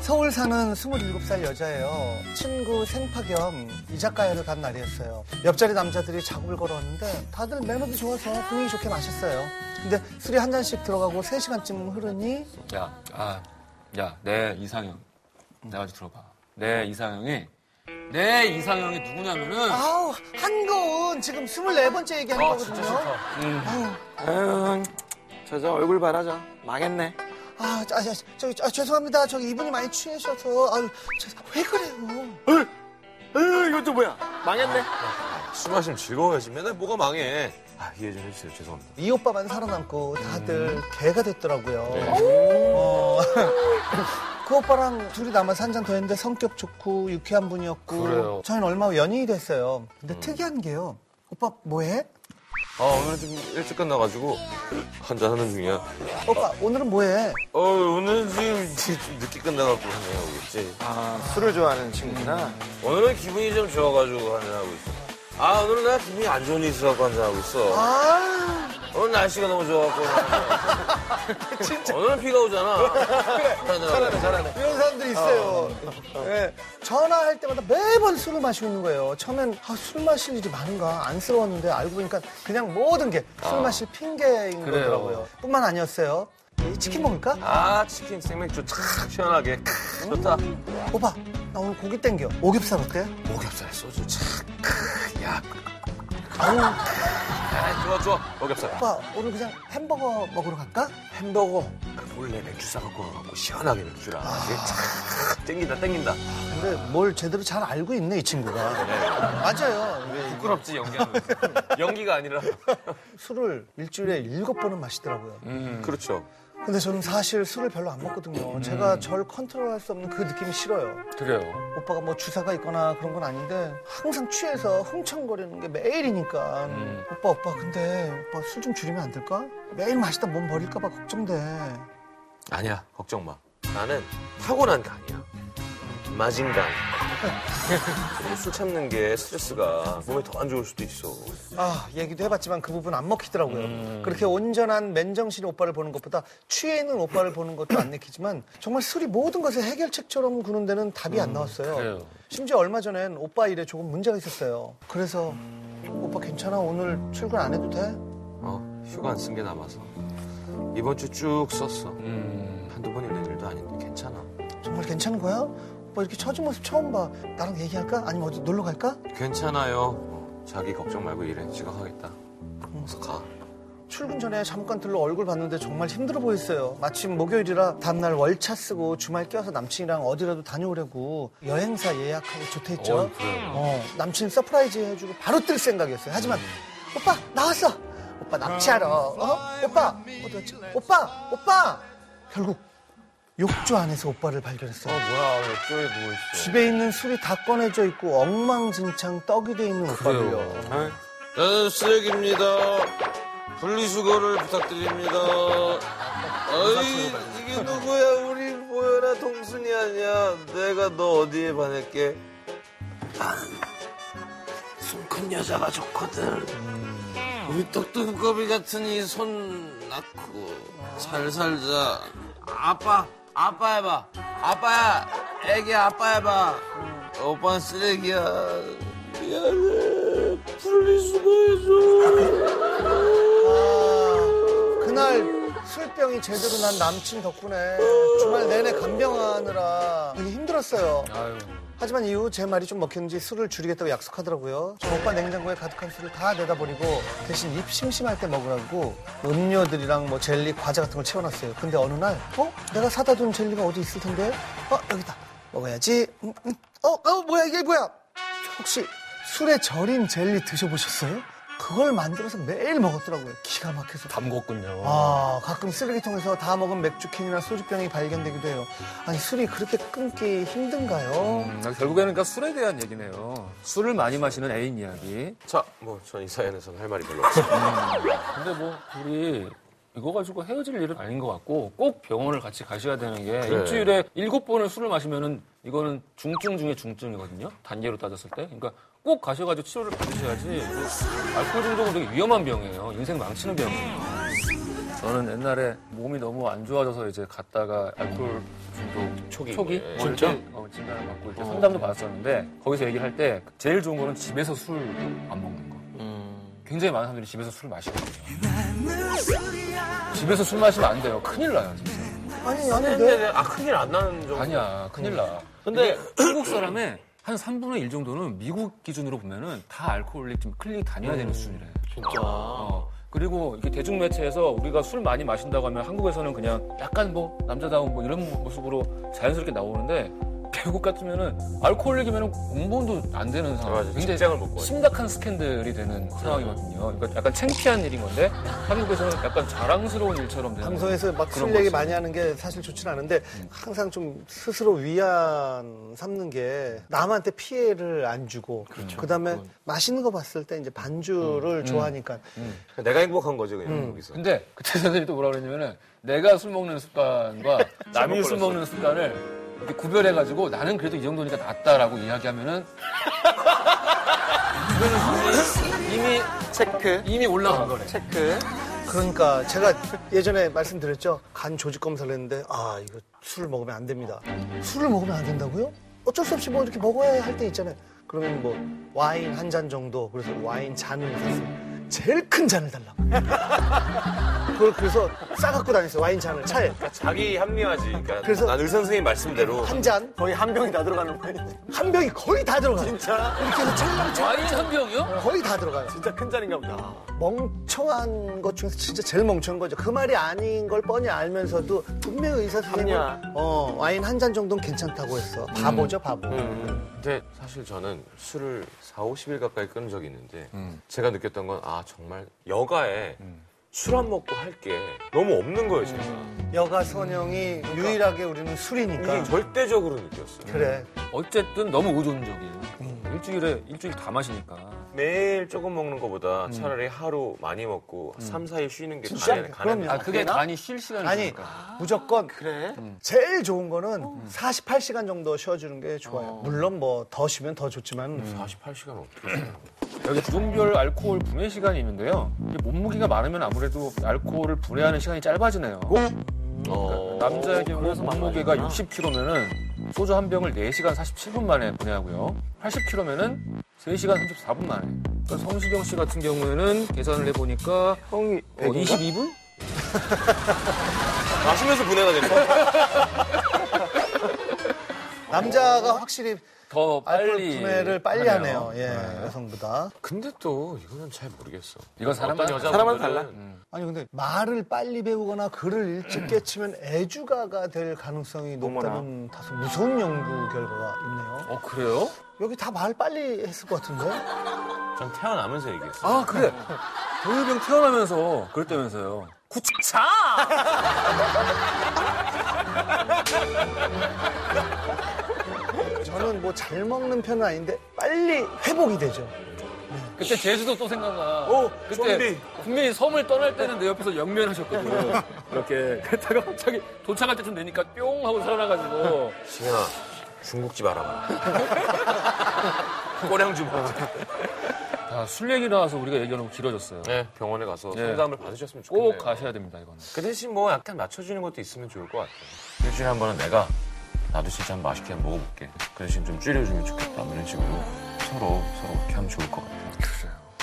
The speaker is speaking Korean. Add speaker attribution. Speaker 1: 서울 사는 27살 여자예요. 친구 생파 겸 이자카야를 간 날이었어요. 옆자리 남자들이 작업을 걸어왔는데 다들 매너도 좋아서 분위기 좋게 마셨어요. 근데 술이 한 잔씩 들어가고 3시간쯤 흐르니
Speaker 2: 야, 아, 야, 내 이상형. 내가 좀 들어봐. 내 이상형이, 내 이상형이 누구냐면은,
Speaker 1: 아우 한거은 지금 24번째 얘기하는
Speaker 2: 아,
Speaker 1: 거거든요.
Speaker 2: 진짜 싫다.
Speaker 1: 아유,
Speaker 3: 에휴, 저자 얼굴 바라자. 망했네.
Speaker 1: 아, 아, 아, 저기, 아, 죄송합니다. 저기 이분이 많이 취해셔서. 아유, 죄송- 왜 그래요?
Speaker 3: 에휴, 이것도 뭐야? 망했네.
Speaker 4: 술 마시면 즐거워야지. 맨날 뭐가 망해. 아, 이해 좀 해주세요. 죄송합니다.
Speaker 1: 이 오빠만 살아남고 다들 개가 됐더라고요.
Speaker 4: 네.
Speaker 1: 어, 그 오빠랑 둘이 남아서 한 잔 더 했는데 성격 좋고 유쾌한 분이었고
Speaker 4: 그래요. 음.
Speaker 1: 저희는 얼마 후 연인이 됐어요. 근데 특이한 게요. 오빠 뭐해?
Speaker 4: 아, 오늘 좀 일찍 끝나가지고 한잔 하는 중이야.
Speaker 1: 오빠 오늘은 뭐해?
Speaker 4: 어, 오늘 지금 좀 늦게 끝나갖고 한잔 하고 있지.
Speaker 3: 아, 술을 좋아하는 친구구나.
Speaker 4: 오늘은 기분이 좀 좋아가지고 한잔 하고 있어. 아, 오늘 나 기분이 안 좋은 일 있어갖고 한잔 하고 있어.
Speaker 1: 아
Speaker 4: 오늘 날씨가 너무 좋아갖고. 한잔하고 있어. 오늘은 비가 오잖아. 한잔하고 있어.
Speaker 1: 이런 사람들이 있어요. 예. 전화할 때마다 매번 술을 마시고 있는 거예요. 처음엔 아, 술 마실 일이 많은가 안쓰러웠는데 알고 보니까 그냥 모든 게 술
Speaker 4: 아.
Speaker 1: 마실 핑계인 거더라고요. 뿐만 아니었어요. 이 치킨 먹을까?
Speaker 4: 아, 치킨 생맥주 착 시원하게. 좋다.
Speaker 1: 오빠, 나 오늘 고기 땡겨. 오겹살 어때?
Speaker 4: 목욕살 소주 착. 야,
Speaker 1: 아유,
Speaker 4: 아, 좋아, 좋아. 목욕살.
Speaker 1: 오빠, 오늘 그냥 햄버거 먹으러 갈까?
Speaker 4: 햄버거 그 몰래 맥주 사갖고 와갖고 시원하게 맥주랑 이게 착 땡긴다 땡긴다
Speaker 1: 근데 뭘 제대로 잘 알고 있네, 이 친구가. 맞아요.
Speaker 4: 부끄럽지 연기하면 음. 연기가 아니라
Speaker 1: 술을 일주일에 일곱 번은 마시더라고요.
Speaker 3: 음,
Speaker 4: 그렇죠
Speaker 1: 근데 저는 사실 술을 별로 안 먹거든요. 제가 절 컨트롤할 수 없는 그 느낌이 싫어요.
Speaker 2: 그래요.
Speaker 1: 오빠가 뭐 주사가 있거나 그런 건 아닌데 항상 취해서 흥청거리는 게 매일이니까 오빠 오빠 근데 오빠 술 좀 줄이면 안 될까? 매일 마시다 몸 버릴까 봐 걱정돼.
Speaker 4: 아니야 걱정 마 나는 타고난 게 아니야 마징강 술 참는 게 스트레스가 몸에 더 안 좋을 수도 있어
Speaker 1: 아, 얘기도 해봤지만 그 부분 안 먹히더라고요.
Speaker 2: 음.
Speaker 1: 그렇게 온전한 맨정신의 오빠를 보는 것보다 취해 있는 오빠를 보는 것도 안 내키지만 정말 술이 모든 것의 해결책처럼 구는 데는 답이 안 나왔어요.
Speaker 2: 음, 그래요.
Speaker 1: 심지어 얼마 전엔 오빠 일에 조금 문제가 있었어요. 그래서 오빠 괜찮아? 오늘 출근 안 해도 돼?
Speaker 4: 어 휴가 안 쓴 게 남아서 이번 주 쭉 썼어
Speaker 2: 음,
Speaker 4: 한두 번이 내 일도 아닌데 괜찮아
Speaker 1: 정말 괜찮은 거야? 오빠 이렇게 처진 모습 처음 봐. 나랑 얘기할까? 아니면 어디 놀러 갈까?
Speaker 4: 괜찮아요 어, 자기 걱정 말고 일해 지각하겠다 어서 가
Speaker 1: 출근 전에 잠깐 들러 얼굴 봤는데 정말 힘들어 보였어요. 마침 목요일이라 다음날 월차 쓰고 주말 껴서 남친이랑 어디라도 다녀오려고 여행사 예약하고 조퇴했죠.
Speaker 2: 어, 그래요.
Speaker 1: 어, 남친 서프라이즈 해주고 바로 뜰
Speaker 2: 음.
Speaker 1: 생각이었어요. 하지만 오빠 나왔어. 오빠 납치하러. 어? 오빠 어디 갔지? 오빠 오빠 결국 욕조 안에서 오빠를 발견했어요.
Speaker 4: 아, 뭐야 왜 쪼에 누워있어
Speaker 1: 집에 있는 술이 다 꺼내져 있고 엉망진창 떡이 돼 있는 오빠를요.
Speaker 3: 아.
Speaker 4: 나는 쓰레기입니다. 분리수거를 부탁드립니다. 아이, 이게 누구야? 우리 보현아 동순이 아니야. 내가 너 어디에 반했게? 손 큰 여자가 좋거든. 우리 떡두꺼비 같은 이 손 낳고 잘 살자. 아빠, 아빠 해봐. 아빠야, 애기 아빠 해봐. 오빠는 쓰레기야. 미안해. 분리수거해줘.
Speaker 1: 아, 그날 술병이 제대로 난 남친 덕분에 주말 내내 간병하느라 되게 힘들었어요.
Speaker 2: 아유.
Speaker 1: 하지만 이후 제 말이 좀 먹혔는지 술을 줄이겠다고 약속하더라고요. 저 오빠 냉장고에 가득한 술을 다 내다버리고 대신 입 심심할 때 먹으라고 음료들이랑 뭐 젤리, 과자 같은 걸 채워놨어요. 근데 어느 날, 어? 내가 사다 둔 젤리가 어디 있을 텐데? 어, 여기다. 먹어야지. 음, 음. 어, 어, 뭐야, 이게 뭐야? 혹시 술에 절인 젤리 드셔보셨어요? 그걸 만들어서 매일 먹었더라고요. 기가 막혀서.
Speaker 2: 담궜군요.
Speaker 1: 아, 가끔 쓰레기통에서 다 먹은 맥주캔이나 소주병이 발견되기도 해요. 아니, 술이 그렇게 끊기 힘든가요?
Speaker 2: 음, 결국에는 그러니까 술에 대한 얘기네요. 술을 많이 마시는 애인 이야기.
Speaker 4: 자, 뭐, 전 이 사연에서는 할 말이 별로 없어.
Speaker 2: 근데 뭐 둘이 이거 가지고 헤어질 일은 아닌 것 같고 꼭 병원을 같이 가셔야 되는 게
Speaker 5: 네.
Speaker 4: 그래.
Speaker 2: 일주일에 일곱 번을 술을 마시면은 이거는 중증 중에 중증이거든요. 단계로 따졌을 때. 그러니까 꼭 가셔가지고 치료를 받으셔야지. 이거 알코올 중독은 되게 위험한 병이에요. 인생 망치는 병이에요.
Speaker 5: 저는 옛날에 몸이 너무 안 좋아져서 이제 갔다가 알코올 중독
Speaker 4: 초기.
Speaker 5: 초기
Speaker 2: 네.
Speaker 4: 예.
Speaker 5: 뭐 이렇게, 어, 진단을 받고 이렇게 상담도 받았었는데 거기서 얘기할 때 제일 좋은 거는 집에서 술 안 먹는 거.
Speaker 4: 음.
Speaker 5: 굉장히 많은 사람들이 집에서 술 마시거든요. 집에서 술 마시면 안 돼요. 큰일 나요, 진짜.
Speaker 1: 아니, 네. 아니,
Speaker 5: 네,
Speaker 1: 내,
Speaker 4: 근데 아 큰일 안 나는 정도.
Speaker 5: 아니야, 큰일 나.
Speaker 4: 근데
Speaker 5: 한국 사람의 한 3분의 1 정도는 미국 기준으로 보면은 다 알코올릭 좀 클리닉 다녀야 되는 수준이래.
Speaker 3: 진짜.
Speaker 5: 어, 그리고 이게 대중매체에서 우리가 술 많이 마신다고 하면 한국에서는 그냥 약간 뭐 남자다운 뭐 이런 모습으로 자연스럽게 나오는데 미국 같으면은 알코올릭이면은 공부도 안 되는 상황.
Speaker 4: 맞아,
Speaker 5: 굉장히
Speaker 4: 직장을 못 구하니까.
Speaker 5: 심각한 스캔들이 되는 상황이거든요. 그러니까 약간 창피한 일인 건데 한국에서는 약간 자랑스러운 일처럼 되는.
Speaker 1: 방송에서 막 술
Speaker 5: 그런
Speaker 1: 얘기
Speaker 5: 거지.
Speaker 1: 많이 하는 게 사실 좋진 않은데 항상 좀 스스로 위안 삼는 게 남한테 피해를 안 주고
Speaker 5: 그렇죠.
Speaker 1: 그다음에 맛있는 거 봤을 때 이제
Speaker 5: 음.
Speaker 1: 반주를 좋아하니까
Speaker 4: 내가 행복한 거죠 그냥 거기서.
Speaker 5: 근데 그때 선생님이 또 뭐라 그랬냐면은 내가 술 먹는 습관과 남이 술 먹는 습관을 이렇게 구별해가지고 나는 그래도 이 정도니까 낫다라고 이야기하면은 이거는 이미 아,
Speaker 3: 체크.
Speaker 5: 이미 올라간 거래.
Speaker 3: 체크.
Speaker 1: 그러니까 제가 예전에 말씀드렸죠 간 조직 검사를 했는데 아 이거 술을 먹으면 안 됩니다 술을 먹으면 안 된다고요? 어쩔 수 없이 뭐 이렇게 먹어야 할 때 있잖아요 그러면 뭐 와인 한 잔 정도 그래서 와인 잔을 샀어요 제일 큰 잔을 달라고 그걸 그래서 싸갖고 다녔어요 와인 잔을 차에
Speaker 4: 자기 합리화지. 그러니까
Speaker 1: 그래서-
Speaker 4: 난을 선생님 말씀대로
Speaker 1: 한 잔
Speaker 3: 거의 한 병이 다 들어가는 거야.
Speaker 1: 한 병이 거의 다 들어가요.
Speaker 3: 진짜?
Speaker 1: 이렇게 해서 찰랑찰랑
Speaker 5: 와인 한 병이요?
Speaker 1: 거의 다 들어가요.
Speaker 3: 진짜 큰 잔인가 보다.
Speaker 1: 멍청한 것 중에서 진짜 제일 멍청한 거죠. 그 말이 아닌 걸 뻔히 알면서도 분명 의사
Speaker 3: 합리화.
Speaker 1: 선생님은 어, 와인 한 잔 정도는 괜찮다고 했어.
Speaker 3: 음.
Speaker 1: 바보죠, 바보.
Speaker 4: 근데 사실 저는 술을 4, 50일 가까이 끊은 적이 있는데 제가 느꼈던 건 아 정말 여가에 술 안 먹고 할 게 너무 없는 거예요 제가
Speaker 1: 여가 선영이
Speaker 3: 그러니까.
Speaker 1: 유일하게 우리는 술이니까.
Speaker 4: 이게
Speaker 3: 음.
Speaker 4: 절대적으로 느꼈어요
Speaker 1: 그러니까 그래.
Speaker 5: 어쨌든 너무 의존적이에요. 일주일에 일주일 다 마시니까.
Speaker 4: 매일 조금 먹는 것보다 차라리 하루 많이 먹고 3, 4일 쉬는 게 간에
Speaker 1: 그럼요.
Speaker 4: 간에
Speaker 5: 아 그게 많이 쉴 시간이
Speaker 1: 아니, 무조건
Speaker 3: 그러니까. 그래?
Speaker 4: 음.
Speaker 3: 음.
Speaker 1: 제일 좋은 거는 48시간 정도 쉬어주는 게 좋아요. 물론 뭐 더 쉬면 더 좋지만
Speaker 3: 음.
Speaker 4: 아, 48시간 어떻게 해요?
Speaker 5: 여기 구분별 알코올 분해 시간이 있는데요. 이게 몸무게가 많으면 아무래도 알코올을 분해하는 시간이 짧아지네요.
Speaker 4: 어...
Speaker 5: 남자의 경우
Speaker 3: 그래서
Speaker 5: 몸무게가
Speaker 3: 많아지구나.
Speaker 5: 60kg면은 소주 한 병을 4시간 47분 만에 보내하고요. 80kg면은 3시간 34분 만에. 그러니까 성시경 씨 같은 경우에는 계산을 해보니까
Speaker 3: 형이
Speaker 5: 어, 22분?
Speaker 4: 마시면서 분해가 되는 거예요
Speaker 1: 남자가 확실히
Speaker 5: 더
Speaker 1: 알코올
Speaker 5: 빨리
Speaker 1: 분해를 아, 빨리 하네요. 예, 여성보다.
Speaker 4: 근데 또 이거는 잘 모르겠어
Speaker 5: 이건 사람마다
Speaker 4: 어떤
Speaker 3: 사람마다
Speaker 4: 여자분들은
Speaker 3: 달라.
Speaker 1: 아니 근데 말을 빨리 배우거나 글을 일찍 깨치면 애주가가 될 가능성이 높다는 다소 무서운 연구 결과가 있네요.
Speaker 5: 어 그래요?
Speaker 1: 여기 다 말 빨리 했을 것 같은데?
Speaker 4: 전 태어나면서 얘기했어요
Speaker 5: 아 그래. 동일병 태어나면서 그랬다면서요. 구차!
Speaker 1: 저는 뭐 잘 먹는 편은 아닌데 빨리 회복이 되죠.
Speaker 5: 그때 제주도 또 생각나.
Speaker 4: 오,
Speaker 5: 그때
Speaker 4: 좀비.
Speaker 5: 분명히 섬을 떠날 때는 내 옆에서 영면하셨거든. 이렇게 그랬다가 갑자기 도착할 때쯤 되니까 뿅 하고 살아나가지고.
Speaker 4: 승현아 중국집 알아봐 꼬량 좀 먹자
Speaker 5: 아, 술 얘기 나와서 우리가 얘기가 너무 길어졌어요.
Speaker 4: 네, 병원에 가서
Speaker 5: 네.
Speaker 4: 상담을 받으셨으면 좋겠네요.
Speaker 5: 꼭 가셔야 됩니다, 이거는.
Speaker 4: 그 대신 뭐 약간 맞춰주는 것도 있으면 좋을 것 같아요. 일주일에 한 번은 내가 나도 진짜 한번 뭐 맛있게 한번 먹어볼게. 그 대신 좀 줄여주면 좋겠다. 이런 식으로 서로 서로 이렇게 하면 좋을 것 같아요.